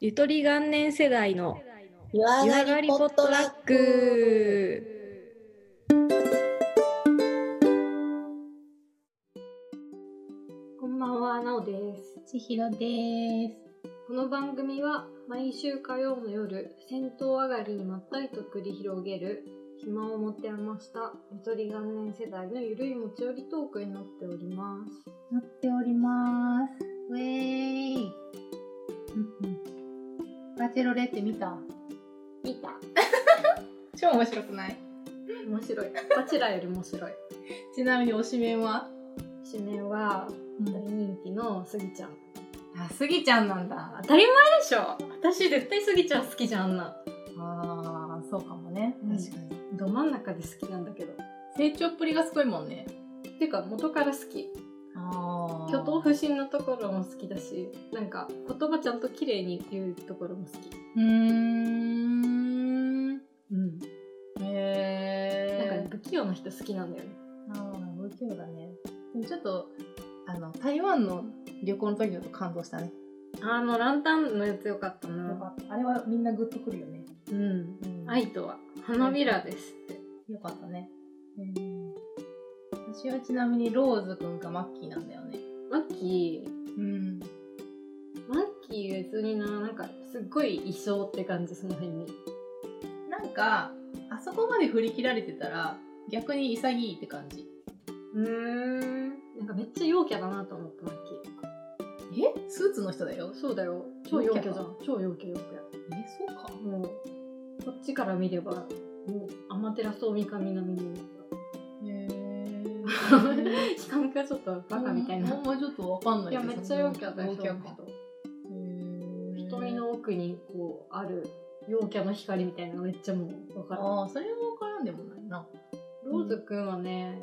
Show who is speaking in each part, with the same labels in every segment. Speaker 1: ゆとり元年世代の
Speaker 2: 湯上
Speaker 1: 湯
Speaker 2: が
Speaker 1: 上が
Speaker 2: り
Speaker 1: り
Speaker 2: ポ
Speaker 1: ポ
Speaker 2: ッ
Speaker 1: ッ
Speaker 2: ト
Speaker 1: ト
Speaker 2: ラ
Speaker 1: ラ
Speaker 2: ッ
Speaker 1: ッ
Speaker 2: ク。
Speaker 1: ク。
Speaker 3: こんばんは、なおです。
Speaker 4: ちひろです。
Speaker 3: この番組は毎週火曜の夜、戦闘上がりにまったりと繰り広げる暇を持て余したゆとり元年世代のゆるい持ち寄りトークになっております。
Speaker 4: なっております。ウェーイ。バチェロレって見た
Speaker 3: 見た
Speaker 4: 超面白くない
Speaker 3: 面白い。バチェラーより面白い。
Speaker 4: ちなみに推しメンは、
Speaker 3: 主演は大人気のスギちゃん。
Speaker 4: あ、スギちゃんなんだ。
Speaker 3: 当たり前でしょ私絶対スギちゃん好きじゃん、あんな。
Speaker 4: あー、そうかもね。
Speaker 3: うん
Speaker 4: 確かに。
Speaker 3: ど真ん中で好きなんだけど。
Speaker 4: 成長っぷりがすごいもんね。
Speaker 3: てか元から好き。
Speaker 4: あ
Speaker 3: 挙動不審なところも好きだしなんか言葉ちゃんと綺麗に言うところも好き、
Speaker 4: うー
Speaker 3: うん、なんかね
Speaker 4: ん。へー。
Speaker 3: 不器用な人好きなんだよね
Speaker 4: あー、不器用だね。でもちょっと、あの、台湾の旅行の時だと感動したね。
Speaker 3: あのランタンのやつよかった
Speaker 4: よ
Speaker 3: な
Speaker 4: かった。あれはみんなグッとくるよね。
Speaker 3: うん
Speaker 4: うん
Speaker 3: 愛とは花びらですって
Speaker 4: よかったね。うん。私はちなみにローズくんかマッキーなんだよね。
Speaker 3: マッキー
Speaker 4: うん。
Speaker 3: マッキー別にななんかすっごい異常って感じその辺に
Speaker 4: なんか、あそこまで振り切られてたら、逆に潔いって感じ。
Speaker 3: うんなんかめっちゃ陽キャだなと思ったマッキー
Speaker 4: えスーツの人だよ。
Speaker 3: そうだよ超陽キャじ
Speaker 4: 陽キ
Speaker 3: ゃ
Speaker 4: ャ
Speaker 3: ん超陽キャ陽キ
Speaker 4: え、そうか。
Speaker 3: ャもうこっちから見ればもうアマテラスオオミカミナミに
Speaker 4: へえ。
Speaker 3: 悲観がちょっと バカみたい
Speaker 4: あ
Speaker 3: な。
Speaker 4: んまちょっとわかんない
Speaker 3: いや、めっちゃ陽キャだよ、
Speaker 4: 陽
Speaker 3: そ
Speaker 4: キャ
Speaker 3: の
Speaker 4: か。
Speaker 3: 人。
Speaker 4: へー
Speaker 3: 瞳の奥にこう、ある陽キャの光みたいなのめっちゃもう分かる。
Speaker 4: ああ、それはわからんでもないな。
Speaker 3: ローズくんはね、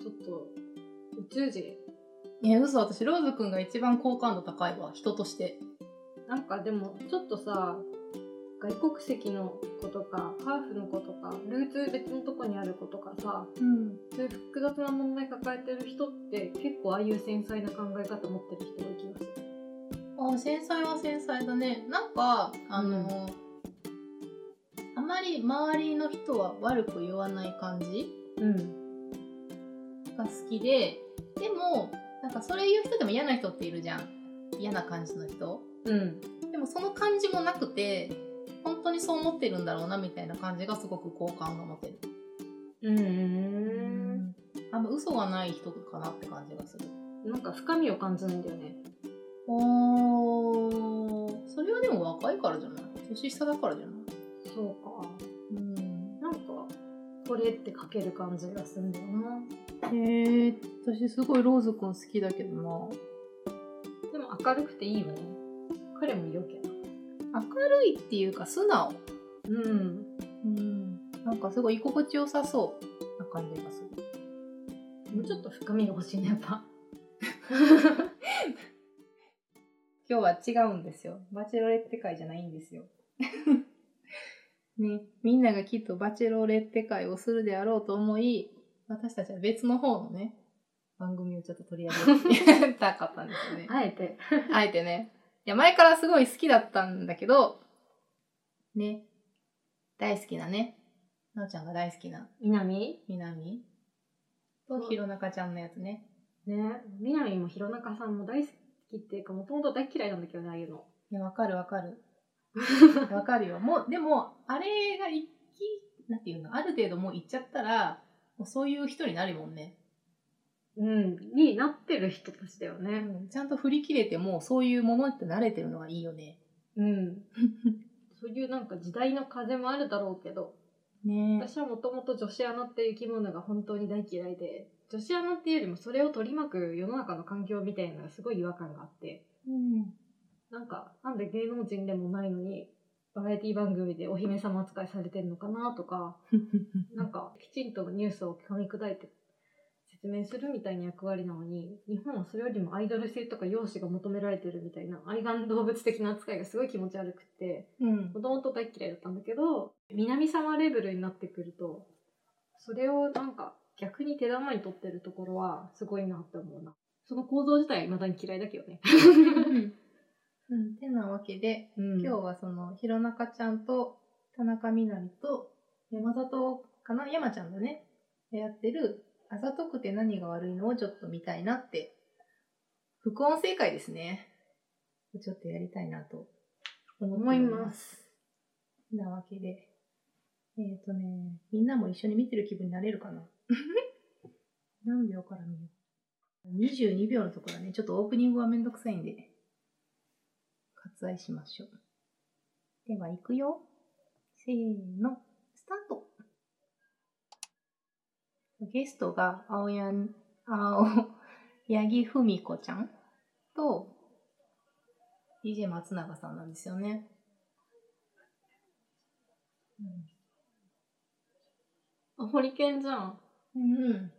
Speaker 3: ちょっと、宇宙人。
Speaker 4: いや、嘘、私、ローズくんが一番好感度高いわ、人として。
Speaker 3: なんかでも、ちょっとさ、外国籍の子とか、ハーフの子とか、ルーツ別のとこにある子とかさ、
Speaker 4: うん。
Speaker 3: そういう複雑な問題抱えてる人って、結構ああいう繊細な考え方持ってる人多い気がする。
Speaker 4: あ繊細は繊細だねなんかあの、あまり周りの人は悪く言わない感じ
Speaker 3: うん。
Speaker 4: が好きででもなんかそれ言う人でも嫌な人っているじゃん嫌な感じの人
Speaker 3: うん。
Speaker 4: でもその感じもなくて本当にそう思ってるんだろうなみたいな感じがすごく好感が持てる
Speaker 3: うん。
Speaker 4: あんま嘘がない人かなって感じがする
Speaker 3: なんか深みを感じないんだよね。
Speaker 4: おーそれはでも若いからじゃない年下だからじゃない
Speaker 3: そうか。
Speaker 4: うん
Speaker 3: なんか、これって書ける感じがするんだよな。
Speaker 4: へえ私すごいローズくん好きだけどな
Speaker 3: でも明るくていいよね。彼も良けな。
Speaker 4: 明るいっていうか素直
Speaker 3: うん。
Speaker 4: うんなんかすごい居心地よさそうな感じがする
Speaker 3: もうちょっと深みが欲しいね、やっぱ。
Speaker 4: 今日は違うんですよバチェロレッテ会じゃないんです よねみんながきっとバチェロレッテ会をするであろうと思い私たちは別の方のね番組をちょっと取り 上げたかったんですよね
Speaker 3: あえて。
Speaker 4: あえてね。いや、前からすごい好きだったんだけど、ね。大好きなね。なおちゃんが大好きな、
Speaker 3: みなみ
Speaker 4: みなみと、ひろなかちゃんのやつね。
Speaker 3: ね。みなみも弘中さんも大好きっていうか、もともと大嫌いなんだけどね、ああいうの。
Speaker 4: いや、わかるわかる。わかるよ。もう、でも、あれが一気、なんていうの、ある程度もう行っちゃったら、もうそういう人になるもんね。
Speaker 3: うん。になってる人たちだよ
Speaker 4: う
Speaker 3: ね。
Speaker 4: んちゃんと振り切れて、もうそういうものって慣れてるのがいいよね。
Speaker 3: うん。そういうなんか時代の風もあるだろうけど、
Speaker 4: ね
Speaker 3: 私はもともと女子アナっていう生き物が本当に大嫌いで女子アナっていうよりもそれを取り巻く世の中の環境みたいなのがすごい違和感があって
Speaker 4: うん。
Speaker 3: なんかなんで芸能人でもないのにバラエティ番組でお姫様扱いされてるのかなとかなんかきちんとニュースを噛み砕いて説明するみたいな役割なのに日本はそれよりもアイドル性とか容姿が求められてるみたいな愛玩動物的な扱いがすごい気持ち悪くって。
Speaker 4: うん
Speaker 3: もともと大嫌いだったんだけど南様レベルになってくるとそれをなんか逆に手玉に取ってるところはすごいなって思うなその構造自体は未だに嫌いだけどね
Speaker 4: うんうん、てなわけで、
Speaker 3: うん
Speaker 4: 今日はその、弘中ちゃんと、田中みな実と、山里かな山ちゃんだね。でやってる、あざとくて何が悪いのをちょっと見たいなって、副音声会ですね。ちょっとやりたいなと。
Speaker 3: 思います
Speaker 4: なわけで。えっ、とね、みんなも一緒に見てる気分になれるかな 何秒から見よう ?22 秒のところだね。ちょっとオープニングはめんどくさいんで、割愛しましょう。では、行くよ。せーの、スタートゲストが、青やん、青、八木文子ちゃんと、DJ 松永さんなんですよね。
Speaker 3: あホリケンじゃん
Speaker 4: うん。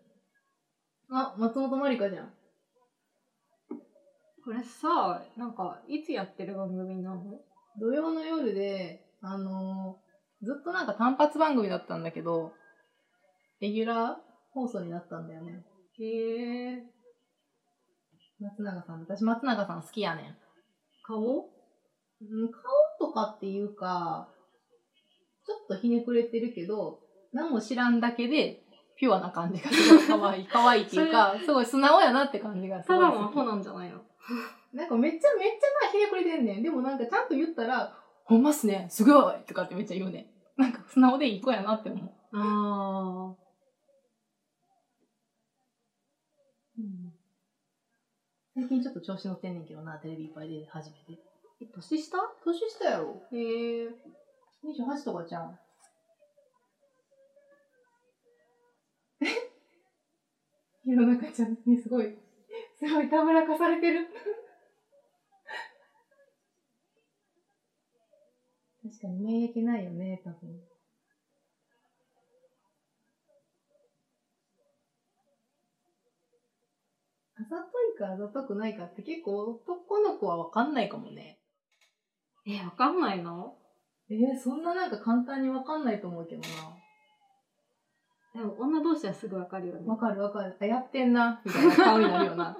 Speaker 4: あ、松本まりかじゃん。
Speaker 3: これさなんかいつやってる番組なの
Speaker 4: 土曜の夜で、あのーずっとなんか単発番組だったんだけど、レギュラー放送になったんだよね。
Speaker 3: へえ
Speaker 4: 松永さん、私松永さん好きやねん。
Speaker 3: 顔
Speaker 4: うん顔とかっていうか、ちょっとひねくれてるけど、何も知らんだけで、ピュアな感じがすごい可愛い。可愛いっていうか、すごい素直やなって感じがす
Speaker 3: た
Speaker 4: ごい
Speaker 3: だ
Speaker 4: 好
Speaker 3: の
Speaker 4: き。
Speaker 3: アホなんじゃないの
Speaker 4: なんかめっちゃめっちゃなひねくれてんねん。でもなんかちゃんと言ったら、ほんまっすね、すごいとかってめっちゃ言うねん。なんか素直でいい子やなって思う。
Speaker 3: あ
Speaker 4: 最近ちょっと調子乗ってんねんけどな、テレビいっぱい出始めて。
Speaker 3: ーえ年下
Speaker 4: 年下やろ
Speaker 3: へえ
Speaker 4: ?28 とかじゃん。え弘中ちゃんにすごい、すごいたぶらかされてる。確かに免疫ないよね、多分。あざといかあざとくないかって結構男の子はわかんないかもね。
Speaker 3: えわかんないの
Speaker 4: えー、そんななんか簡単にわかんないと思うけどな。
Speaker 3: でも女同士はすぐわかるよね
Speaker 4: わかるわかる。あ、やってんな。みたいな顔になるよな。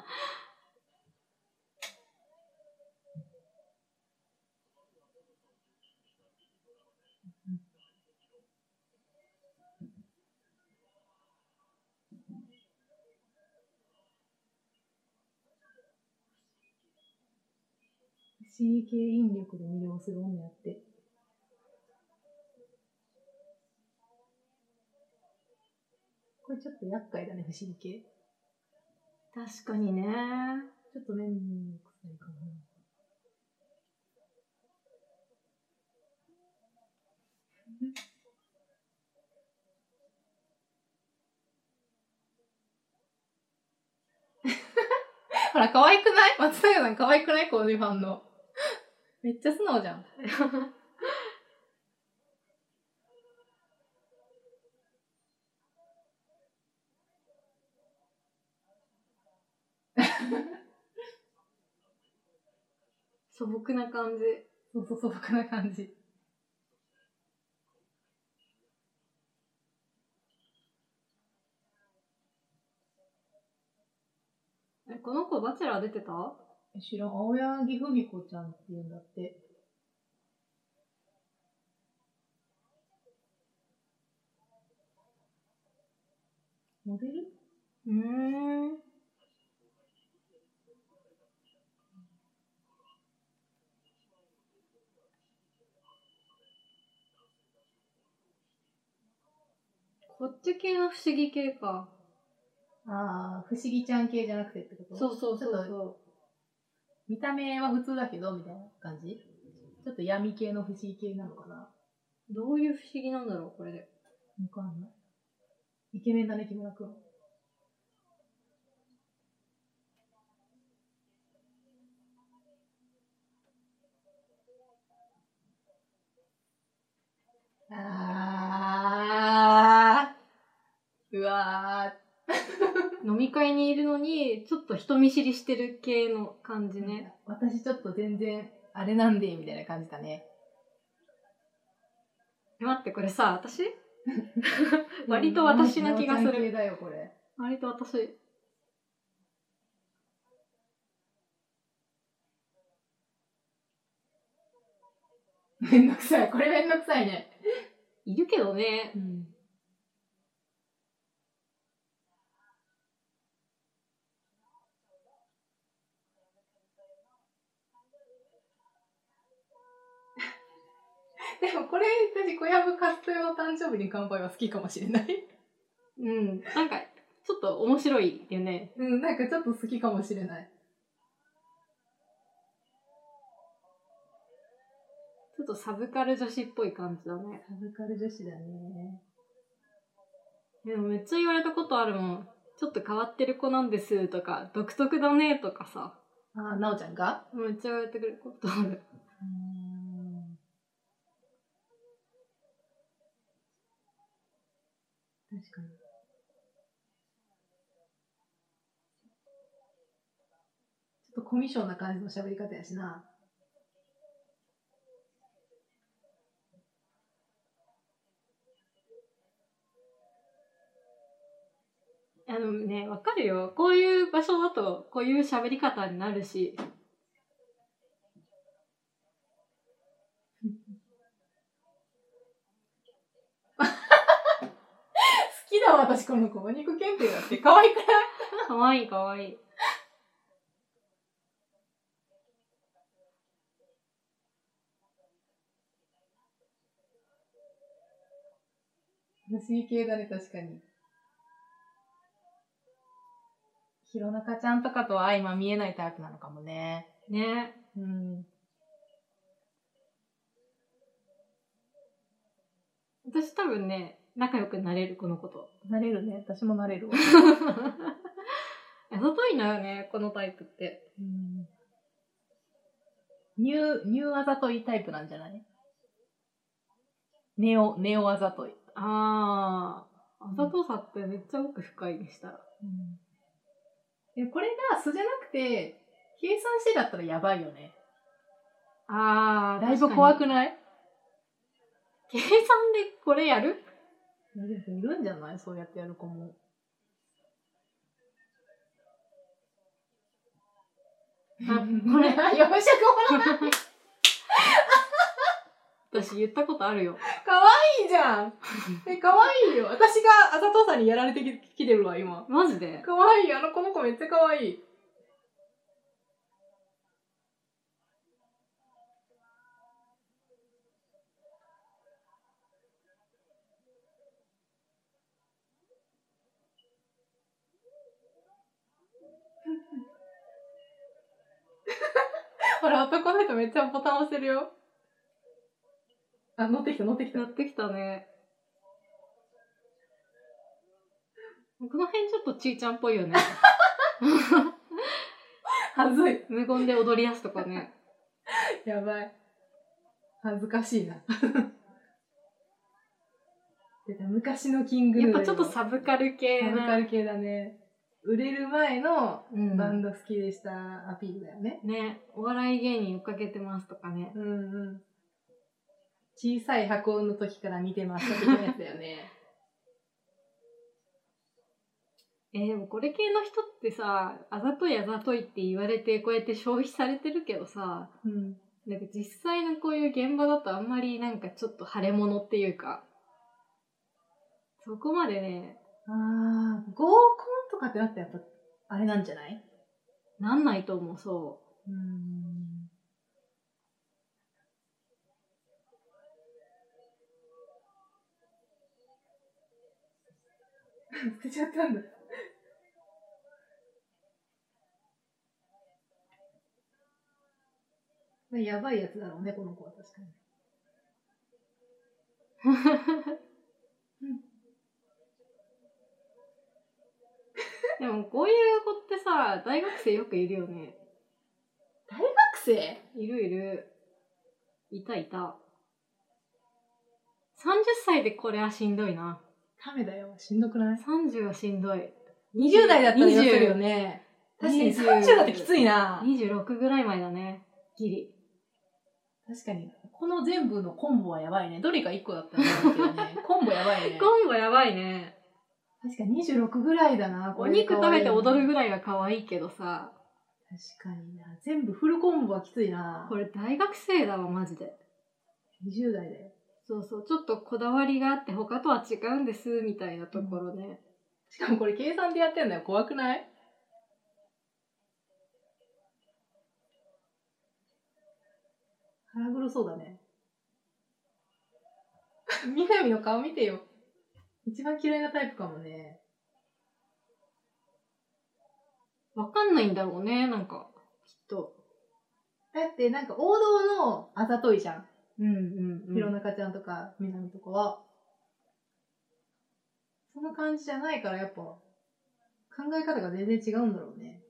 Speaker 4: 不思議系引力で魅了する女やって。これちょっと厄介だね、不思議系。
Speaker 3: 確かにね
Speaker 4: ちょっと面倒くさいかな。 ほら、可愛くない松永さん可愛くないこういう反応。めっちゃ素直じゃん。
Speaker 3: 素朴な感じ
Speaker 4: そうそう、素朴な感じ。
Speaker 3: えこの子バチェラー出てた
Speaker 4: 知らん、青柳文子ちゃんって言うんだって。モデル
Speaker 3: うんこっち系の不思議系か
Speaker 4: ああ、不思議ちゃん系じゃなくてってこと
Speaker 3: そうそうそう
Speaker 4: ちょっと
Speaker 3: そ
Speaker 4: 見た目は普通だけど、みたいな感じちょっと闇系の不思議系なのかな
Speaker 3: うどういう不思議なんだろうこれで
Speaker 4: わかんない。イケメンだね、木村くん。あーうわ
Speaker 3: 飲み会にいるのにちょっと人見知りしてる系の感じ
Speaker 4: ー、
Speaker 3: ね、
Speaker 4: 私ちょっと全然あれなんでみたいな感じだね
Speaker 3: 待ってこれさ 私割と私な気がす
Speaker 4: うん
Speaker 3: る
Speaker 4: だよこれ
Speaker 3: 割と私
Speaker 4: めんどくさい。これめんどくさいね。
Speaker 3: いるけどね。
Speaker 4: うん。 でもこれ、私、小籔カストヨの誕生日に乾杯は好きかもしれない。
Speaker 3: うん。なんか、ちょっと面白いよね。
Speaker 4: うん、なんかちょっと好きかもしれない。
Speaker 3: ちょっとサブカル女子っぽい感じだね。
Speaker 4: サブカル女子だね。
Speaker 3: でもめっちゃ言われたことあるもん。ちょっと変わってる子なんですとか、独特だねとかさ。
Speaker 4: あ、なおちゃんが
Speaker 3: めっちゃ言われてくることある。
Speaker 4: うん確かに。ちょっとコミュ障な感じの喋り方やしな。
Speaker 3: あのね、わかるよ。こういう場所だと、こういう喋り方になるし。
Speaker 4: 好きだわ、私この子。お肉検定だって。可愛くない
Speaker 3: かわいいかわいい。
Speaker 4: 不思議系だね、確かに。ひろなかちゃんとかとは今見えないタイプなのかもね。
Speaker 3: ね。
Speaker 4: うん。
Speaker 3: 私多分ね、仲良くなれる、この子 と。
Speaker 4: なれるね。私もなれるわ。
Speaker 3: あざといのよね、このタイプって。
Speaker 4: うんニュー、ニューあざといタイプなんじゃないネオ、ネオあざとい。
Speaker 3: ああ、あざとさってめっちゃ奥深いでしたら。
Speaker 4: えこれが素じゃなくて、計算してだったらやばいよね。
Speaker 3: ああ、
Speaker 4: だいぶ怖
Speaker 3: 確か
Speaker 4: くない
Speaker 3: に計算でこれやる
Speaker 4: いるんじゃないそうやってやる子も。
Speaker 3: あ
Speaker 4: これ、四色もの
Speaker 3: 私言ったことあるよ。
Speaker 4: 可愛いじゃん。え、可愛いよ。私があざとさにやられてききてるわ、今。
Speaker 3: マジで
Speaker 4: 可愛いあの子の子めっちゃ可愛い。 ほら、男の人めっちゃボタン押してるよ。あ、乗ってきた、乗ってきた
Speaker 3: や。ってきたね。この辺ちょっとちーちゃんっぽい よね。
Speaker 4: はずい。
Speaker 3: 無言で踊り出すとかね。
Speaker 4: やばい。恥ずかしいな。 出た昔のキング
Speaker 3: や
Speaker 4: ヌ
Speaker 3: っ
Speaker 4: ー
Speaker 3: ぱちょっとサブカル系
Speaker 4: サブカ
Speaker 3: な。
Speaker 4: ル系だね。売れる前の
Speaker 3: うん
Speaker 4: バンド好きでしたアピールだよね。
Speaker 3: ね、お笑い芸人追っかけてますとかね。
Speaker 4: うんうん。小さい箱の時から見てました的なやつだよ ね。
Speaker 3: えー、でもこれ系の人ってさ、あざといあざといって言われて、こうやって消費されてるけどさ、
Speaker 4: うん。
Speaker 3: なんか実際のこういう現場だとあんまりなんかちょっと腫れ物っていうか、そこまでね、
Speaker 4: あー、合コンとかってなったらやっぱ、あれなんじゃない
Speaker 3: なんないと思う、そう。
Speaker 4: うん。 捨てちゃったんだ。やばいやつだろうね、この子は確かに。
Speaker 3: でもこういう子ってさ、大学生よくいるよね。
Speaker 4: 学生
Speaker 3: いるいる。いたいた。30歳でこれはしんどいな。
Speaker 4: カメだよ。しんどくない
Speaker 3: 30はしんどい。
Speaker 4: ?20 代だったら痩せるよ
Speaker 3: ね。
Speaker 4: ね。確かに
Speaker 3: 20
Speaker 4: 30だってきついな。
Speaker 3: 26ぐらい前だね。ギリ。
Speaker 4: 確かに。この全部のコンボはやばいね。どれか1個だったらやばいけどね。 コンボやばいね。
Speaker 3: 今後やばいね。
Speaker 4: 確かに26ぐらいだな。
Speaker 3: お肉食べて踊る
Speaker 4: らい。
Speaker 3: ぐらいは可愛いけどさ、
Speaker 4: 確かにな。全部フルコンボはきついな。
Speaker 3: これ大学生だわ、マジで。
Speaker 4: 20代だよ。
Speaker 3: そうそう、ちょっとこだわりがあって他とは違うんです、みたいなところね。
Speaker 4: しかもこれ計算でやってんのよ。怖くない腹黒そうだ ね。みなみの顔見てよ。一番嫌いなタイプかもね。
Speaker 3: わ、かんないんだろうね、なんか、きっと。
Speaker 4: だってなんか王道のあざといじゃん。
Speaker 3: うんうん、うん。
Speaker 4: 弘中ちゃんとかみなみとかは。その感じじゃないからやっぱ、考え方が全然違うんだろうね。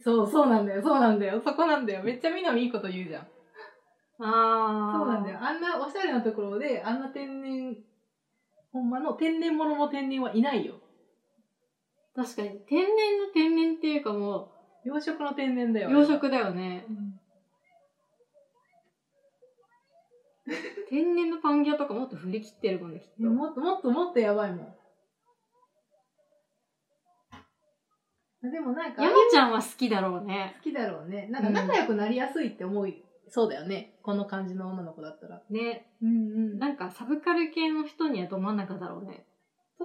Speaker 4: そう、そうなんだよ、そうなんだよ、そこなんだよ。めっちゃみなみいいこと言うじゃん。
Speaker 3: ああ。
Speaker 4: そうなんだよ。。あんなおしゃれなところで、あんな天然、ほんまの天然物の天然はいないよ。
Speaker 3: 確かに、天然の天然っていうかも
Speaker 4: 養殖の天然だ
Speaker 3: う、
Speaker 4: よ。
Speaker 3: 養殖だよね。
Speaker 4: うん。
Speaker 3: 天然のパンギアとかもっと振り切ってるもんね、きっ
Speaker 4: いや
Speaker 3: と。
Speaker 4: もっともっともっとやばいもん。でもなんか、
Speaker 3: 山
Speaker 4: 好
Speaker 3: ちゃんは好きだろうね。
Speaker 4: きだろうね。なんか仲良くなりやすいって思い、そうだよね。この感じの女の子だったら。
Speaker 3: ね。
Speaker 4: うんうん。とっ
Speaker 3: なんかサブカル系の人にはど真ん中だろうね。
Speaker 4: つき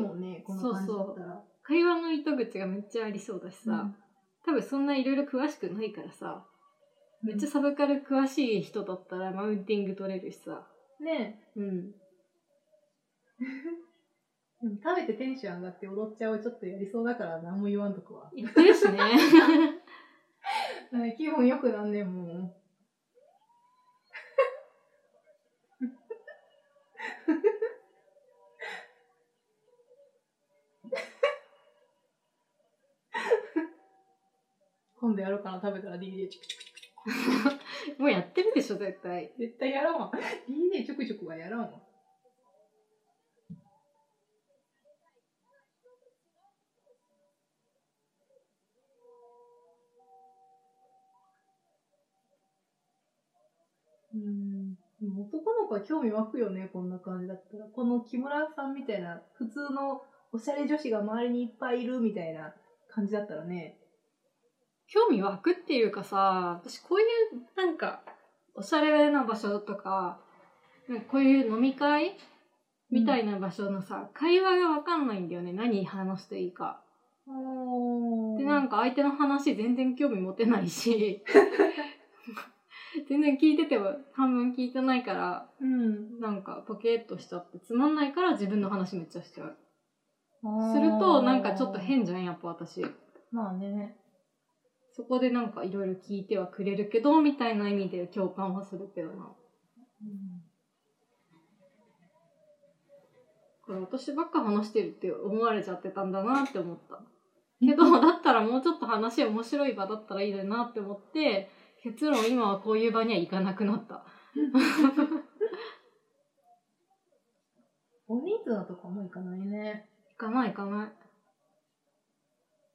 Speaker 4: やすいもんね、この感じだったら。
Speaker 3: 会話の糸口がめっちゃありそうだしさ、
Speaker 4: うん
Speaker 3: 多分そんないろいろ詳しくないからさ、めっちゃ
Speaker 4: ゃ
Speaker 3: サブカル詳しい人だったらマウンティング取れるしさ。
Speaker 4: ね
Speaker 3: うん。
Speaker 4: でも食べてテンション上がって踊っちゃうちょっとやりそうだから何も言わんとくわ。
Speaker 3: 言ってるし ね。
Speaker 4: はい気分良くなんねんもう。 今度やろうかな、食べたら DJ チュクチュクチュクチ
Speaker 3: もうやってるでしょ、絶対。
Speaker 4: ュク。絶対やらんわ。DJ チュクチュクはやらんわ。うん。でも男の子は興味湧くよね、こんな感じだったら。この木村さんみたいな、普通のおしゃれ女子が周りにいっぱいいるみたいな感じだったらね。
Speaker 3: 興味湧くっていうかさ、私こういうなんか、おしゃれな場所とか、なんかこういう飲み会みたいな場所のさ、会話がわかんないんだよね。何話していいか。
Speaker 4: お
Speaker 3: で、なんか相手の話全然興味持てないし、 全然聞いてても半分聞いてないから、
Speaker 4: うん。
Speaker 3: なんかポケっとしちゃってつまんないから自分の話めっちゃしちゃう。するとなんかちょっと。変じゃん、やっぱ私。
Speaker 4: まあね。
Speaker 3: そこでなんかいろいろ聞いてはくれるけど、みたいな意味で共感はするけどな。これ私ばっか話してるって思われちゃってたんだなって思 った。けど、だったらもうちょっと話面白い場だったらいいのになって思って、結論今はこういう場には行かなくなった。
Speaker 4: お人数のとこも行かないね。
Speaker 3: 行かない行かない。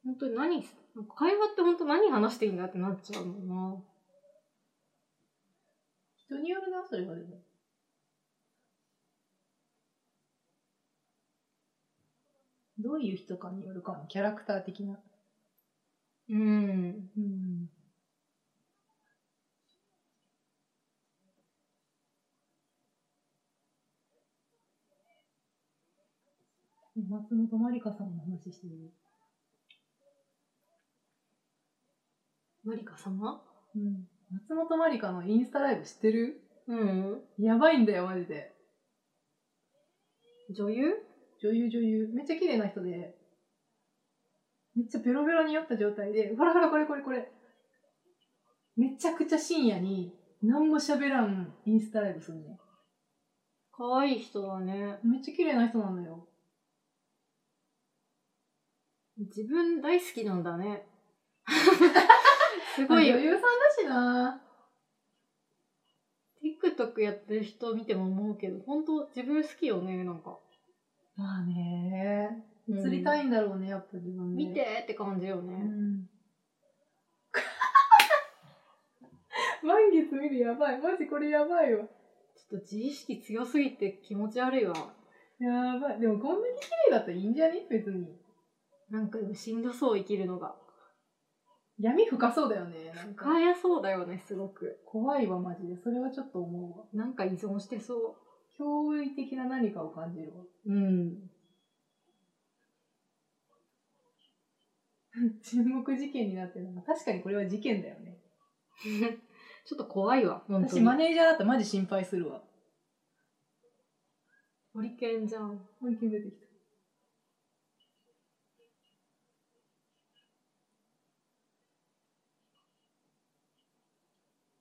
Speaker 3: 本当に何、なんか会話って本当何話していいんだってなっちゃうもんな。
Speaker 4: 人によるな、それはでも。どういう人かによるかも、キャラクター的な。
Speaker 3: うん。
Speaker 4: うん。松本まりかさんの話してる。
Speaker 3: マリカ様
Speaker 4: うん。松本まりかのインスタライブ知ってる
Speaker 3: うん。
Speaker 4: やばいんだよ、マジで。
Speaker 3: 女優
Speaker 4: 女優女優。めっちゃ綺麗な人で、めっちゃベロベロに酔った状態で、ほらほらこれこれこれ。めちゃくちゃ深夜に何も喋らんインスタライブすんね
Speaker 3: 可愛い人だね。
Speaker 4: ん。めっちゃ綺麗な人なんだよ。
Speaker 3: 自分大好きなんだ ね。すごい
Speaker 4: あ
Speaker 3: よ
Speaker 4: 女。優さんだしな
Speaker 3: TikTok やってる人見ても思うけど、本当自分好きよね、なんか。
Speaker 4: まあね釣りた
Speaker 3: い、
Speaker 4: いんだろうね、やっぱ自分で。
Speaker 3: 見てって感じよ
Speaker 4: う
Speaker 3: ね。
Speaker 4: ん。満月見るやばい。マジこれやばいわ。
Speaker 3: ちょっと自意識強すぎて気持ち悪いわ。
Speaker 4: やばい。でもこんなに綺麗だったらいいんじゃね別に。
Speaker 3: なんかでもしんどそう生きるのが。
Speaker 4: 闇深そうだよね。なんか。
Speaker 3: 深やそうだよね、すごく。
Speaker 4: 怖いわ、マジで。それはちょっと思うわ。
Speaker 3: なんか依存してそ
Speaker 4: 驚異的な何かを感じるわ。
Speaker 3: う。うん。
Speaker 4: 沈黙事件になってるのが確かにこれは事件だよね。
Speaker 3: ちょっと怖いわ、本当
Speaker 4: 私
Speaker 3: に。
Speaker 4: マネージャーだったらマジ心配するわ。
Speaker 3: ホリケンじゃん。
Speaker 4: もう一件出てきた。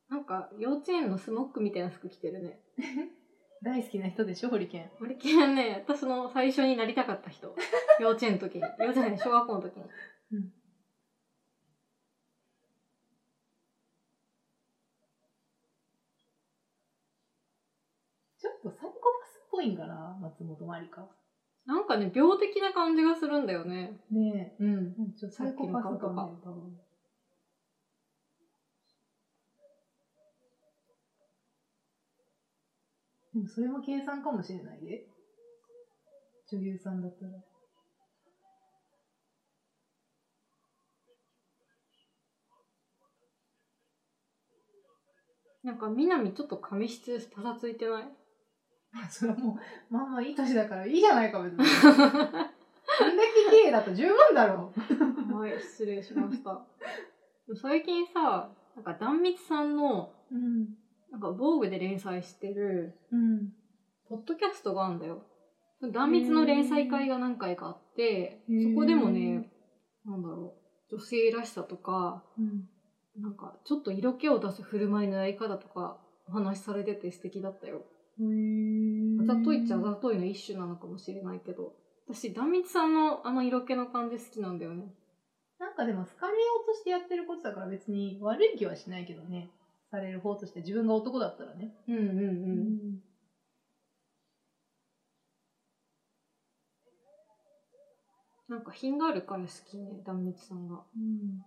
Speaker 3: なんか幼稚園のスモックみたいな服着てるね。
Speaker 4: 大好きな人でしょ、ホリケン。
Speaker 3: ホリケンはね、私の最初になりたかった 人。幼稚園の時に。幼稚園じゃない小学校の時に。
Speaker 4: うんちょっとサイコパスっぽいんかな、松本まりか。
Speaker 3: なんかね、病的な感じがするんだよね。
Speaker 4: ね
Speaker 3: うん
Speaker 4: え。。うんちょっとサイコパスかもね、多分。でもそれも計算かもしれないで。女優さんだったら。
Speaker 3: なんか、みなみちょっと髪質パサついて ない
Speaker 4: まあそれはもう、まあまあいい年だからいいじゃないか、別に。こんだけ綺麗だと十分だろう。
Speaker 3: はい、失礼しました。最近さ、なんか、壇蜜さんの、
Speaker 4: うん。
Speaker 3: なんか、防具で連載してる、
Speaker 4: うん。
Speaker 3: ポッドキャストがあるんだよ。壇蜜の連載会が何回かあって、
Speaker 4: へー
Speaker 3: そこでもね、なんだろう、女性らしさとか、
Speaker 4: うん。
Speaker 3: なんか、ちょっと色気を出す振る舞いのやり方とか、お話しされてて素敵だったよ。あざといっちゃあざといの一種なのかもしれないけど、私、壇蜜さんのあの色気の感じ好きなんだよね。
Speaker 4: なんかでも好かれようとしてやってることだから別に悪い気はしないけどね。される方として自分が男だったらね。
Speaker 3: うんうんうん。なんか品があるから好きね、壇蜜さんが。
Speaker 4: うん。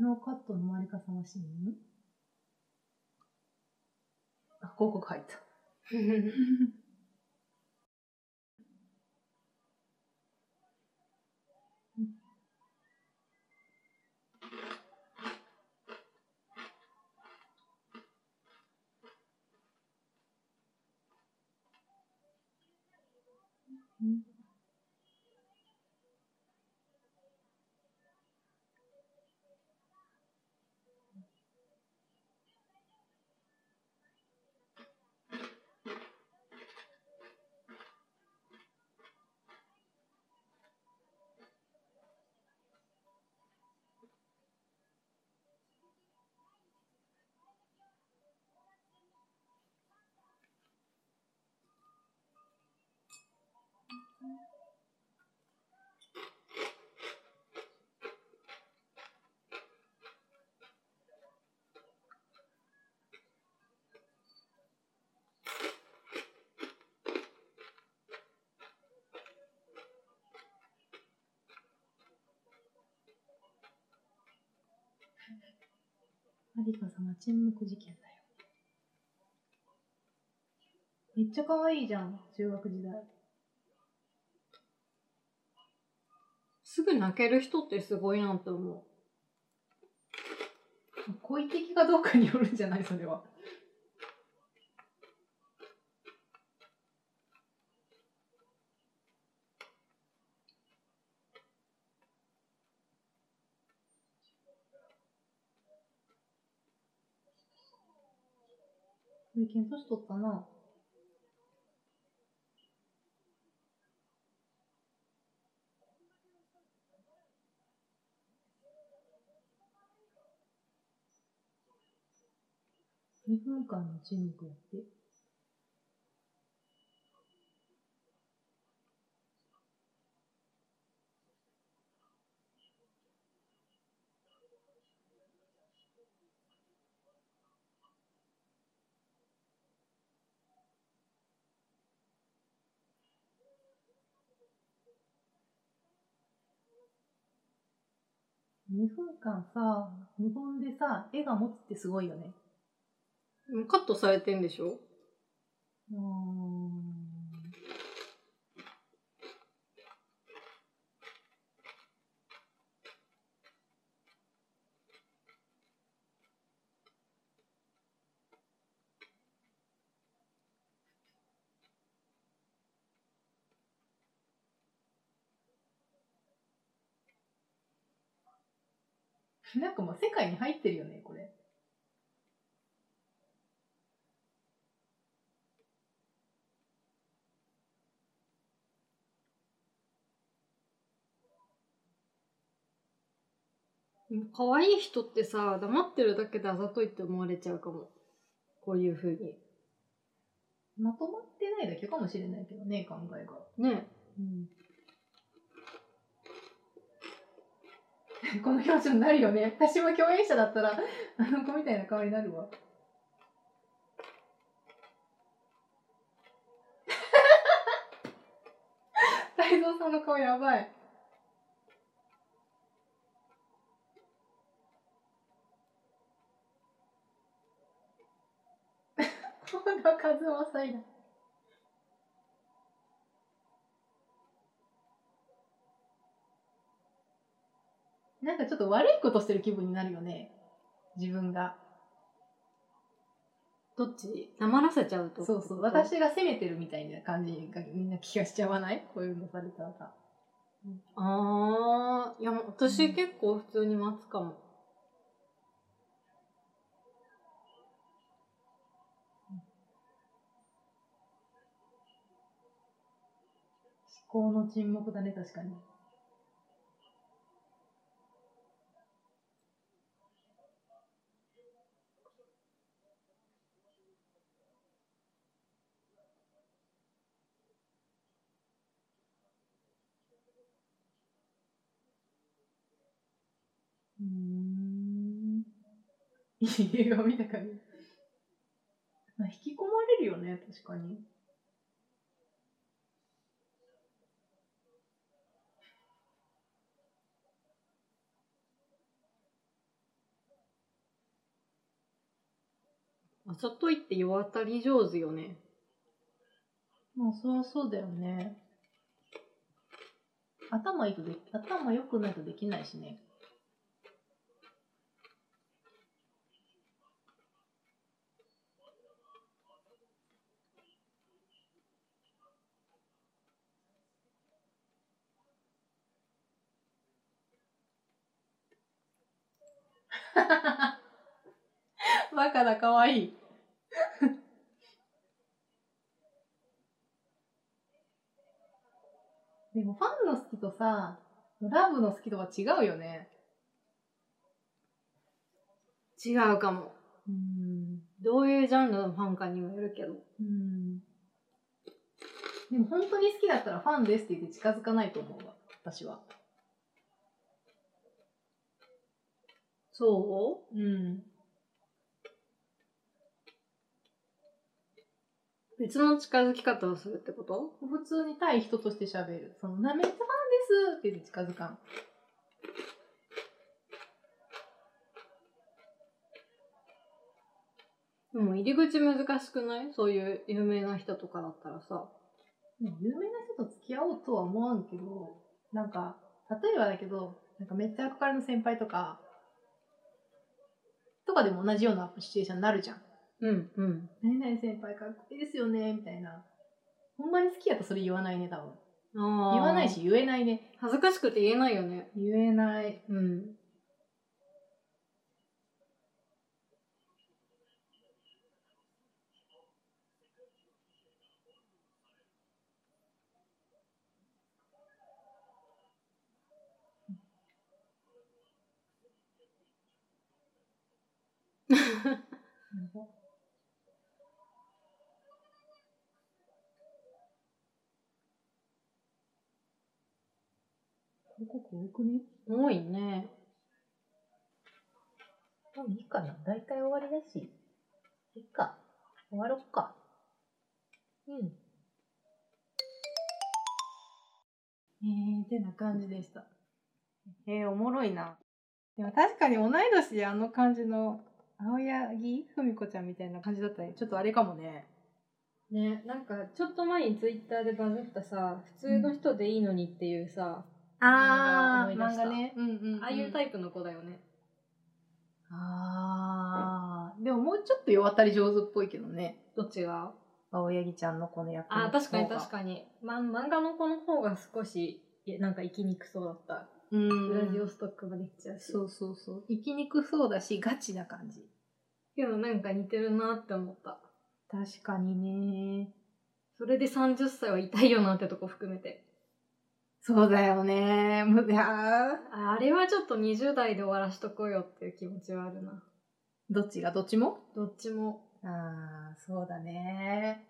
Speaker 4: ノーカットのマリカさんは死ぬあ、広告入った。 マリカ様沈黙事件だよ。めっちゃ可愛いじゃん、中学時代。
Speaker 3: すぐ泣ける人ってすごいなって思
Speaker 4: 故意的かどうかによるんじゃないそれは。最近年取ったな。2分間の沈黙やって。 2分間さ、無言でさ、絵が持つってすごいよね。
Speaker 3: でもカットされてんでしょ
Speaker 4: うーん。なんかもう世界に入ってるよね、これ。
Speaker 3: でも可愛い人ってさ、黙ってるだけであざといって思われちゃうかも。こういう風に。
Speaker 4: まとまってないだけかもしれないけどね、考えが。
Speaker 3: ね。
Speaker 4: この表情になるよね。私も共演者だったら、あの子みたいな顔になるわ。 大蔵さんの顔やば い。こんな数はさいな。なんかちょっと悪いことしてる気分になるよね。自分が。
Speaker 3: どっち黙らせちゃうと。
Speaker 4: そうそう。。私が責めてるみたいな感じがみんな気がしちゃわないこういうのされたらさ。
Speaker 3: あー、いや、私結構普通に待つかも。
Speaker 4: 思考の沈黙だね、確かに。うーん。 いい映画を見た感じ。まあ、引き込まれるよね、確かに。
Speaker 3: あざといって世渡り上手よね。
Speaker 4: まあ、そうそうだよね。頭いいとで、頭良くないとできないしね。 バカだ、かわいい。でもファンの好きとさ、ラブの好きとは違うよね。
Speaker 3: 違うかも。
Speaker 4: うん。
Speaker 3: どういうジャンルのファンかにもよるけど。
Speaker 4: うん。でも本当に好きだったらファンですって言って近づかないと思うわ、私は。
Speaker 3: そ
Speaker 4: うん。
Speaker 3: う別の近づき方をするってこと
Speaker 4: 普通に対人として喋る。その、なめっちゃファンですって言って近づかん。
Speaker 3: でも入り口難しくないそういう有名な人とかだったらさ。
Speaker 4: ね有名な人と付き合おうとは思わんけど、なんか、例えばだけど、なんかめっちゃ憧れの先輩とか、とかでも同じようなシチュエーションになるじゃん。
Speaker 3: うん、うん。
Speaker 4: 何々先輩かっこいいですよね、みたいな。ほんまに好きやとそれ言わないね、多分。
Speaker 3: 言
Speaker 4: 言わない。し言えないね。
Speaker 3: 恥ずかしくて言えないよね。
Speaker 4: 言えない。
Speaker 3: うん。
Speaker 4: 広告多くね
Speaker 3: 多いね。
Speaker 2: もういいかな。大体終わりだし。いいか。終わろっか。うん。
Speaker 4: えー、てな感じでした。えー、おもろいな。でも確かに同い年であの感じの青柳文子ちゃんみたいな感じだったねちょっとあれかもね
Speaker 3: ねなんかちょっと前にツイッターでバズったさ普通の人でいいのにっていうさ、
Speaker 4: あ
Speaker 3: あー
Speaker 4: ー漫画ね、うんうんうん
Speaker 3: ああいうタイプの子だよね
Speaker 4: あーでももうちょっと世渡り上手っぽいけどね
Speaker 3: どっちが
Speaker 4: 青柳ちゃんのこの役
Speaker 3: あー確かに確
Speaker 4: か
Speaker 3: かに、ま、漫画の子の方が少しいやなんか生きにくそうだった、
Speaker 4: にうん
Speaker 3: ウラジオストックまで行っちゃうし
Speaker 4: そうそうそう生きにくそうだしガチな感じ
Speaker 3: けどなんか似てるなって思った
Speaker 4: 確かにね
Speaker 3: それで30歳は痛いよなってとこ含めて
Speaker 4: そうだよねむいやー
Speaker 3: ああれはちょっと20代で終わらしとこうよっていう気持ちはあるな
Speaker 4: どっちがどっちも
Speaker 3: どっちも
Speaker 4: ああそうだね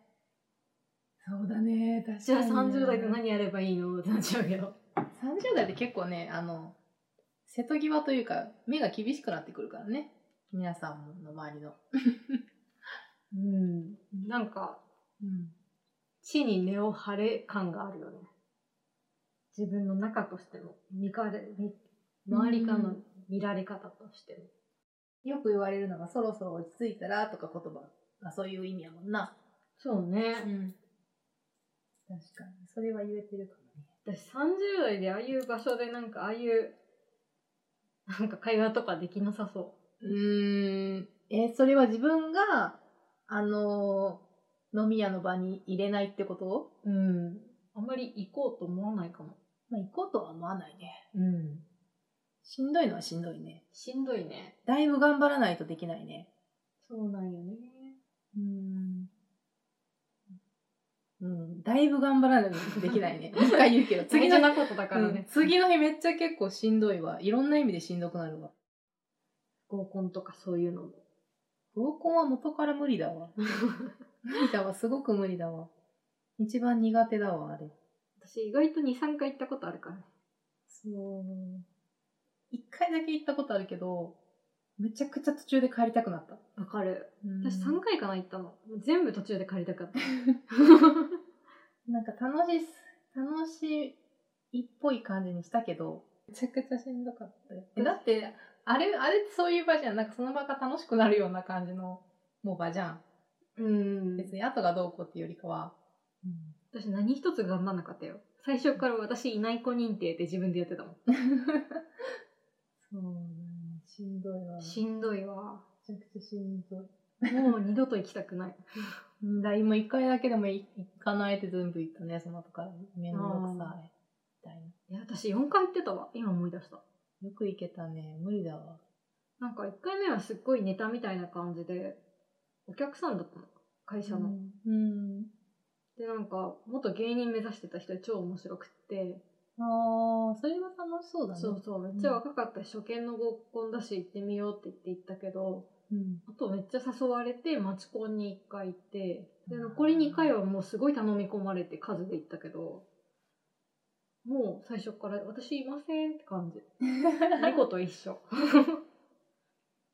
Speaker 4: そうだね確
Speaker 3: じゃあ
Speaker 4: かにね
Speaker 3: 30代で何やればいいのってなっちゃうけど
Speaker 4: 30代って結構ねあの瀬戸際というか目が厳しくなってくるからね皆さんの周りの、
Speaker 3: うんなんか
Speaker 4: うん、
Speaker 3: 地に根を張れ感があるよね自分の中としても見かれみ周りからの見られ方としても、
Speaker 4: よく言われるのが「そろそろ落ち着いたら」とか言葉がそういう意味やもんな
Speaker 3: そうね、
Speaker 4: ん確かにそれは言えてるかもね
Speaker 3: 私30代でああいう場所でなんかああいうなんか会話とかできなさそう
Speaker 4: ーんえそれは自分があのー飲み屋の場に入れないってこと
Speaker 3: ううんあんまり行こうと思わないかも
Speaker 4: まあ行こうとは思わないね
Speaker 3: うん
Speaker 4: しんどいのはしんどいね
Speaker 3: しんどいね
Speaker 4: だいぶ頑張らないとできないね
Speaker 3: そうなんよね
Speaker 4: うんうん、だいぶ頑張らないとできな いね。一回言うけど、次
Speaker 3: 次
Speaker 4: の
Speaker 3: の
Speaker 4: 日、
Speaker 3: なことだから
Speaker 4: うん
Speaker 3: ね、
Speaker 4: 次の日めっちゃ結構しんどいわ。いろんな意味でしんどくなるわ。
Speaker 3: 合コンとかそういうのも
Speaker 4: 合コンは元から無理 だわ。無理だわ、すごく無理だわ。一番苦手だわ、あれ。
Speaker 3: 私意外と23回行ったことあるからね
Speaker 4: そう。一回だけ行ったことあるけど、めちゃくちゃ途中で帰りたくなった。
Speaker 3: わかる
Speaker 4: うん
Speaker 3: 私3回かな行ったのもう全部途中で借りたか った
Speaker 4: なんか楽しい、楽しいっぽい感じにしたけど、めちゃくちゃしんどかったよ。えだって、あれ、あれってそういう場じゃん。なんかその場が楽しくなるような感じの、もう場じゃん。
Speaker 3: うん
Speaker 4: 別に後がどうこうっていうよりかは。
Speaker 3: 私何一つ頑張んなかったよ最初から私いない子認定って自分でやってたもん
Speaker 4: そうね。しんどいわ。
Speaker 3: しんどいわ
Speaker 4: ちゃくちゃしんどい。
Speaker 3: もう二度と行きたくない
Speaker 4: うんだ、今一回だけでもい行かないって全部行ったね、その後から。めんどくさい。みたい
Speaker 3: いや私4回行ってたわ今思い出した
Speaker 4: な。よく行けたね。無理だわ。
Speaker 3: なんか1回目はすっごいネタみたいな感じでお客さんだったの会社の、
Speaker 4: うん。
Speaker 3: でなんか元芸人目指してた人で超面白くって、
Speaker 4: ああ、それは楽しそうだね。
Speaker 3: そうそうめっちゃ若かったし初見の合コンだし行ってみようって言って行ったけど
Speaker 4: うん。
Speaker 3: あとめっちゃ誘われて町コンに1回行ってで
Speaker 4: うん
Speaker 3: 残り2回はもうすごい頼み込まれて数で行ったけどもう最初から「私いません」って感 じ猫と一緒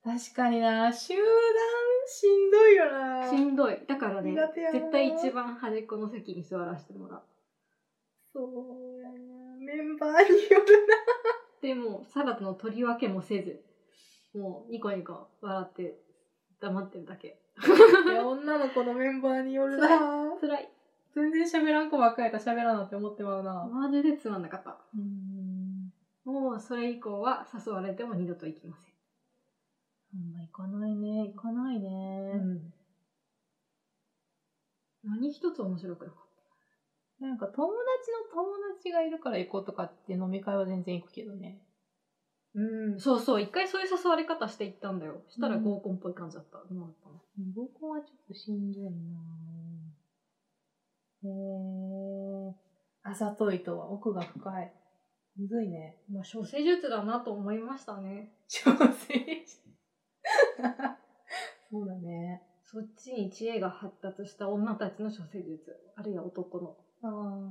Speaker 4: 確かにな集団しんどいよな
Speaker 3: しんどいだからね
Speaker 4: 苦手やな
Speaker 3: 絶対一番端っこの席に座らせてもらう
Speaker 4: そうやなメンバーによる
Speaker 3: でもうサラダの取り分けもせずもうニコニコ笑って黙ってるだけ
Speaker 4: ないや女の子のメンバーによる
Speaker 3: 辛い
Speaker 4: な
Speaker 3: 辛い
Speaker 4: 全然喋らん子ばっかりやったら喋らんなって思ってまうな
Speaker 3: マジでつまんなかった
Speaker 4: うん
Speaker 3: もうそれ以降は誘われても二度と行きません
Speaker 4: あんま行かないね行かないね、
Speaker 3: うん何一つ面白くなかっ
Speaker 4: なんか友達の友達がいるから行こうとかって飲み会は全然行くけどね
Speaker 3: たうんそうそう一回そういう誘われ方して行ったんだよしたら
Speaker 4: うん
Speaker 3: 合コンっぽい感じだった、どうだったの
Speaker 4: 合コンはちょっとしんどいなへえあざといとは奥が深いむずいね
Speaker 3: まあ処世術だなと思いましたね
Speaker 4: 挑戦しそうだね。
Speaker 3: そっちに知恵が発達した女たちの処世術あるいは男の
Speaker 4: ああ。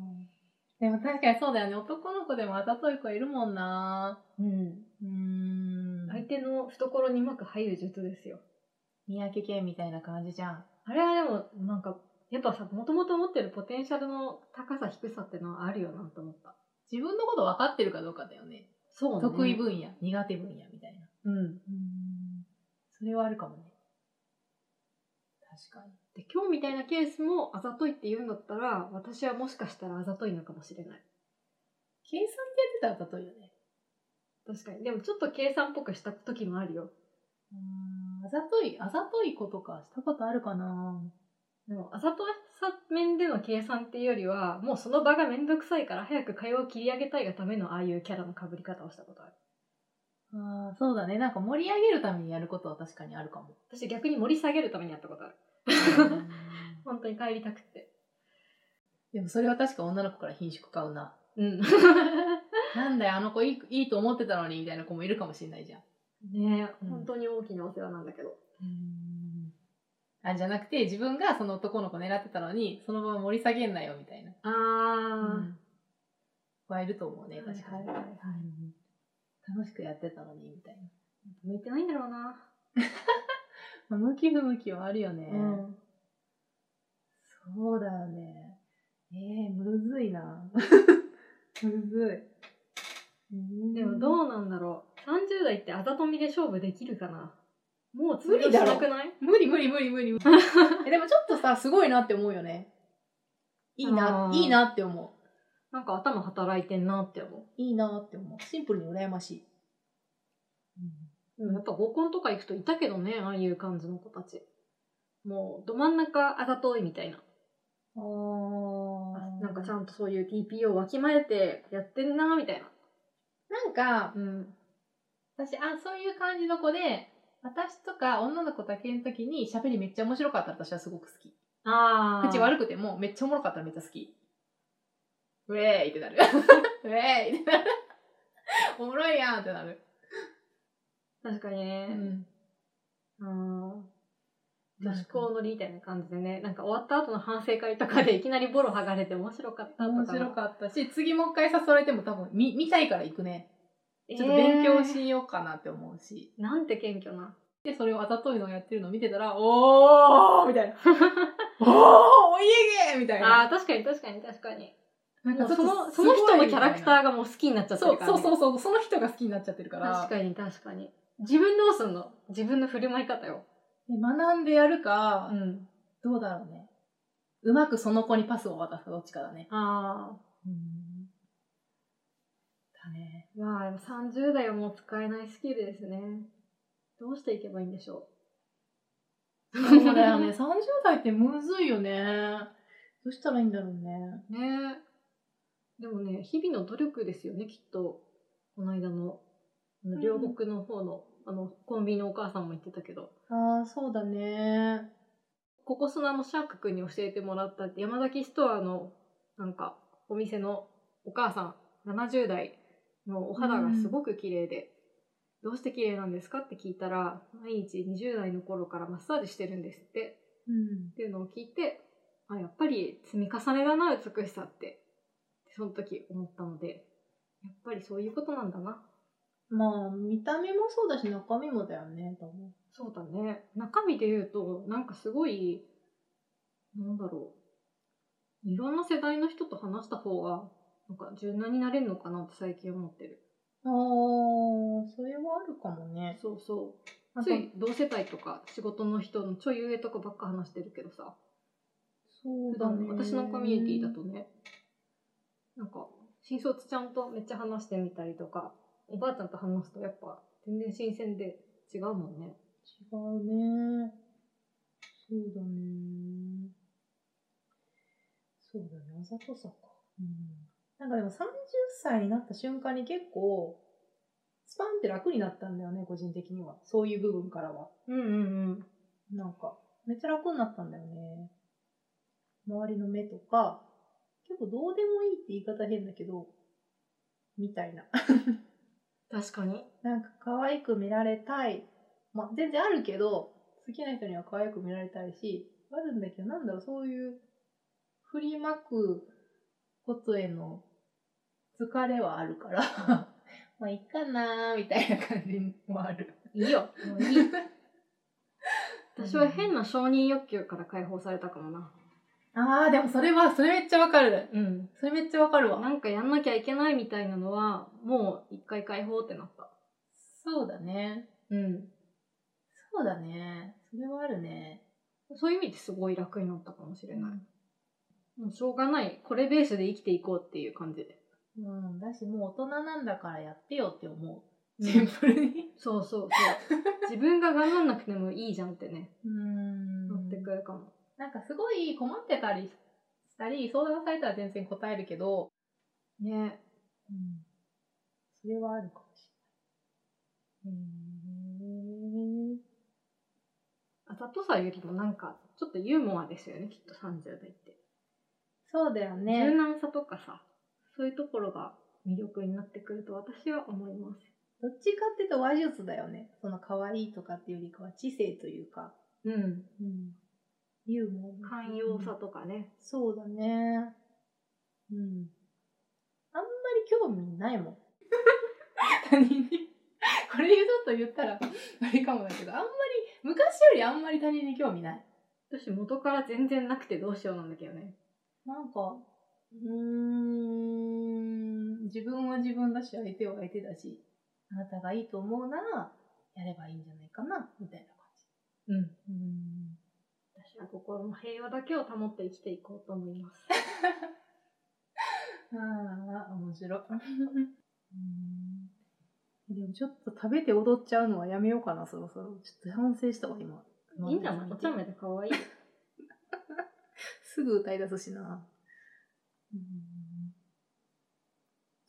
Speaker 4: でも確かにそうだよね。男の子でもあざとい子いるもんな。
Speaker 3: うん
Speaker 4: うーん
Speaker 3: 相手の懐にうまく入る術ですよ
Speaker 4: 三宅健みたいな感じじゃん。
Speaker 3: あれはでもなんかやっぱさもともと持ってるポテンシャルの高さ低さってのはあるよなと思った
Speaker 4: 自分のこと分かってるかどうかだよね。
Speaker 3: そうね。
Speaker 4: 得意分野、苦手分野みたいな。
Speaker 3: うん。
Speaker 4: うん。それはあるかもね。確かに。
Speaker 3: で、今日みたいなケースもあざといって言うんだったら、私はもしかしたらあざといのかもしれない。
Speaker 4: 計算でやってたら例えよね。
Speaker 3: 確かに。でもちょっと計算っぽくした時もあるよ。
Speaker 4: うん。あざとい、あざといことか、したことあるかな
Speaker 3: でも、あざとさ面での計算っていうよりは、もうその場がめんどくさいから早く会話を切り上げたいがためのああいうキャラの被り方をしたことある。
Speaker 4: ああ、そうだね。なんか盛り上げるためにやることは確かにあるかも。
Speaker 3: 私逆に盛り下げるためにやったことあ る。本当に帰りたくて。
Speaker 4: でもそれは確か女の子から品種買うな。
Speaker 3: うん。
Speaker 4: なんだよ、あの子いいいいと思ってたのにみたいな子もいるかもしれないじゃん。
Speaker 3: ねえ、
Speaker 4: うん
Speaker 3: 本当に大きなお世話なんだけど。
Speaker 4: あじゃなくて自分がその男の子狙ってたのにそのまま盛り下げんなよみたいな。
Speaker 3: あ
Speaker 4: うんはいると思うね、確かに。
Speaker 3: はいはいはい
Speaker 4: うん楽しくやってたのにみたい
Speaker 3: 向いてないんだろうな。
Speaker 4: な。まあ向き不向きはあるよね。
Speaker 3: うん
Speaker 4: そうだよね。ええむずい な。むずい。
Speaker 3: でも
Speaker 4: う
Speaker 3: どうなんだろう。30代ってあざとみで勝負できるかな。もう通
Speaker 4: 無
Speaker 3: 用
Speaker 4: 理
Speaker 3: し
Speaker 4: だろ
Speaker 3: なくない
Speaker 4: 無理無理無理無理。 えでもちょっとさ、すごいなって思うよね。いいな
Speaker 3: あ、ー
Speaker 4: いいなって思う。
Speaker 3: なんか頭働いてんなって思
Speaker 4: いいなって思う。シンプルに羨ましい。
Speaker 3: う。でもやっぱ合コンとか行くといたけどね、ああいう感じの子たち。もうど真ん中あざといみたいな。
Speaker 4: あー
Speaker 3: なんかちゃんとそういう TPO をわきまえてやってんなみたいな。
Speaker 4: なんか、
Speaker 3: うん。
Speaker 4: 私、あ、そういう感じの子で、私とか女の子だけの時に喋りめっちゃ面白かったら私はすごく好き。
Speaker 3: ああ。
Speaker 4: 口悪くてもめっちゃおもろかったらめっちゃ好き。ウェーイって なる。ウェーイってなる。おもろいやんってなる。
Speaker 3: 確かにね。
Speaker 4: うん。
Speaker 3: うん女子校乗りみたいな感じでね、なんか終わった後の反省会とかでいきなりボロ剥がれて面白かったとか。
Speaker 4: 面白かったし、次もう一回誘われても多分見見たいから行くね。
Speaker 3: えー
Speaker 4: ちょっと勉強しようかなって思うし。
Speaker 3: なんて謙虚な。
Speaker 4: で、それをあざといのをやってるのを見てたら、おーみ たいな。おーお家芸みたいな。
Speaker 3: ああ、確かに確かに確かに。
Speaker 4: なん
Speaker 3: もう
Speaker 4: ちょっ
Speaker 3: そ
Speaker 4: と
Speaker 3: の、
Speaker 4: す
Speaker 3: そ
Speaker 4: ご
Speaker 3: の
Speaker 4: い
Speaker 3: 人のキャラクタ
Speaker 4: み
Speaker 3: ーがもう好きになっちゃ
Speaker 4: たいな
Speaker 3: ってる
Speaker 4: そう
Speaker 3: から、ね。
Speaker 4: そうそうそう、その人が好きになっちゃってるから。
Speaker 3: 確かに確かに。自分どうすんの自分の振る舞い方よ。
Speaker 4: で学んでやるか、
Speaker 3: ん。
Speaker 4: どうだろうね。うまくその子にパスを渡すかどっちかだね。
Speaker 3: あ
Speaker 4: だね。
Speaker 3: あ、まあ、30代はもう使えないスキルですね。どうしていけばいいんでしょう。
Speaker 4: そうだよね。。30代 ってむずいよね。どうしたらいいんだろうね。
Speaker 3: ねえでもね日々の努力ですよねきっとこの間のあの
Speaker 4: うん
Speaker 3: 両国の方の,、あのコンビニのお母さんも言ってたけど
Speaker 4: ああ、そうだね。
Speaker 3: ここ砂のシャーク君に教えてもらったって山崎ストアのなんかお店のお母さん70代のお肌がすごく綺麗で、どうして綺麗なんですかって聞いたら毎日20代の頃からマッサージしてるんですって
Speaker 4: うん
Speaker 3: っ。ていうのを聞いてあやっぱり積み重ねだな美しさってその時思ったのでやっぱりそういうことなんだな
Speaker 4: まあ、見た目もそうだし、中身もだよね、多分。
Speaker 3: そうだね中身で言うとなんかすごいなんだろういろんな世代の人と話した方がなんか柔軟になれるのかなって最近思ってる
Speaker 4: ああ、それはあるかもね。
Speaker 3: そうそ
Speaker 4: あ
Speaker 3: う
Speaker 4: と
Speaker 3: つい同世代とか仕事の人のちょい上とかばっか話してるけどさ
Speaker 4: そう
Speaker 3: 普
Speaker 4: だ
Speaker 3: 段
Speaker 4: ね。
Speaker 3: の私のコミュニティだとねなんか新卒ちゃんとめっちゃ話してみたりとかおばあちゃんと話すとやっぱ全然新鮮で違うもんね
Speaker 4: 違うね。そうだね。そうだね、あざとさか。うん。なんかでも30歳になった瞬間に結構、スパンって楽になったんだよね、個人的には。そういう部分からは。
Speaker 3: うんうんうん
Speaker 4: なんか、めっちゃ楽になったんだよね。周りの目とか、結構どうでもいいって言い方変だけど、みたいな。
Speaker 3: 確かに
Speaker 4: なんか可愛く見られたい。まあ、全然あるけど、好きな人には可愛く見られたいし、あるんだけど、なんだろう、そういう、振りまくことへの疲れはあるから、 まあ、いいかなー、みたいな感じもある。
Speaker 3: いいよもういい私は変な承認欲求から解放されたかもな
Speaker 4: ああ、でもそれは、それめっちゃわかる。
Speaker 3: うん。
Speaker 4: それめっちゃわかるわ。
Speaker 3: なんかやんなきゃいけないみたいなのは、もう一回解放ってなった。
Speaker 4: そうだね。
Speaker 3: うん。
Speaker 4: そうだね。それはあるね。
Speaker 3: そういう意味ですごい楽になったかもしれない。もうしょうがない。これベースで生きていこうっていう感じで。
Speaker 4: うん。だし、もう大人なんだからやってよって思う。シンプルに。
Speaker 3: そうそうそう。自分が頑張んなくてもいいじゃんってね、
Speaker 4: うん
Speaker 3: なってくるかも。
Speaker 4: なんかすごい困ってたりしたり、相談されたら全然答えるけど、
Speaker 3: ね。
Speaker 4: うん、それはあるかもしれない。へ
Speaker 3: あざとさよりもなんか、ちょっとユーモアですよね、きっと30代って。
Speaker 4: そうだよ
Speaker 3: 柔
Speaker 4: ね。
Speaker 3: 軟さとかさ、そういうところが魅力になってくると私は思います。
Speaker 4: どっちかっていうと話術だよね。その可愛いとかっていうよりかは知性というか、
Speaker 3: うん。
Speaker 4: うん、ユーモア
Speaker 3: 寛容さとかね。
Speaker 4: そうだね。うん。あんまり興味ないもん。 他人に。これちょっと言ったら、あれかもだけど、あんまり、昔よりあんまり他人に興味ない。
Speaker 3: 私元から全然なくてどうしようなんだけどね。
Speaker 4: なんか、うーん、自分は自分だし、相手は相手だし、あなたがいいと思うなら、やればいいんじゃないかな、みたいな感
Speaker 3: うん。
Speaker 4: じ。うん。
Speaker 3: 私は心の平和だけを保って生きていこうと思います。
Speaker 4: ああ、面白い。でもちょっと食べて踊っちゃうのはやめようかな、そろそろ。ちょっと反省したわ、今。
Speaker 3: いいんじゃないお茶目で可愛い。
Speaker 4: すぐ歌い出すしな。うん。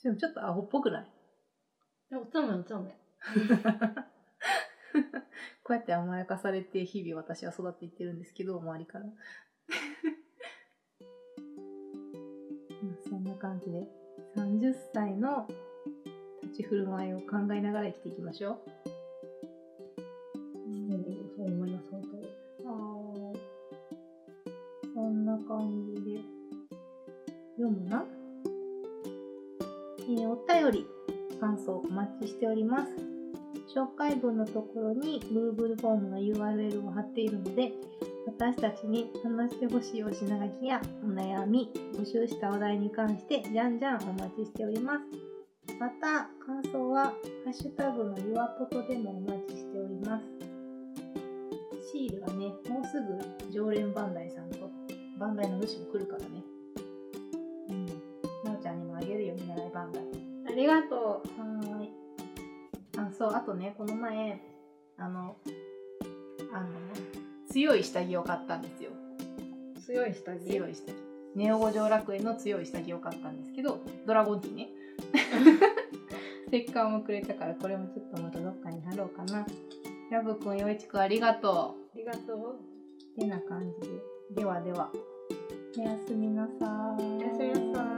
Speaker 4: でもちょっとアホっぽくない
Speaker 3: お茶目お茶目。
Speaker 4: こうやって甘やかされて日々私は育っていってるんですけど、周りから。うんそんな感じで、30歳の立ち振る舞いを考えながら生きていきましょう。
Speaker 3: そう思います、本当に。
Speaker 4: はーいそんな感じで読むな、えーお便り感想お待ちしております紹介文のところに Google フォームの URL を貼っているので私たちに話してほしいお品書きやお悩み募集したお題に関してじゃんじゃんお待ちしておりますまた感想は「ハッシュタグのゆわぽと」でもお待ちしておりますシールはね、もうすぐ常連バンダイさんと、バンダイの主も来るからね。うん。なおちゃんにもあげるよ、見習いバンダイ。
Speaker 3: ありがとう。
Speaker 4: はーい。あ、そう、あとね、この前、あの、あの、強い下着を買ったんですよ。
Speaker 3: 強い下着。
Speaker 4: 強い下着。ネオ五条楽園の強い下着を買ったんですけど、ドラゴンティーね。ステッカーもくれたから、これもちょっとまたどっかに貼ろうかな。ラブくん、よいちくん、ありがとう。
Speaker 3: ありがとう。
Speaker 4: てな感じで。ではでは。おやすみなさーい。
Speaker 3: おやすみなさい。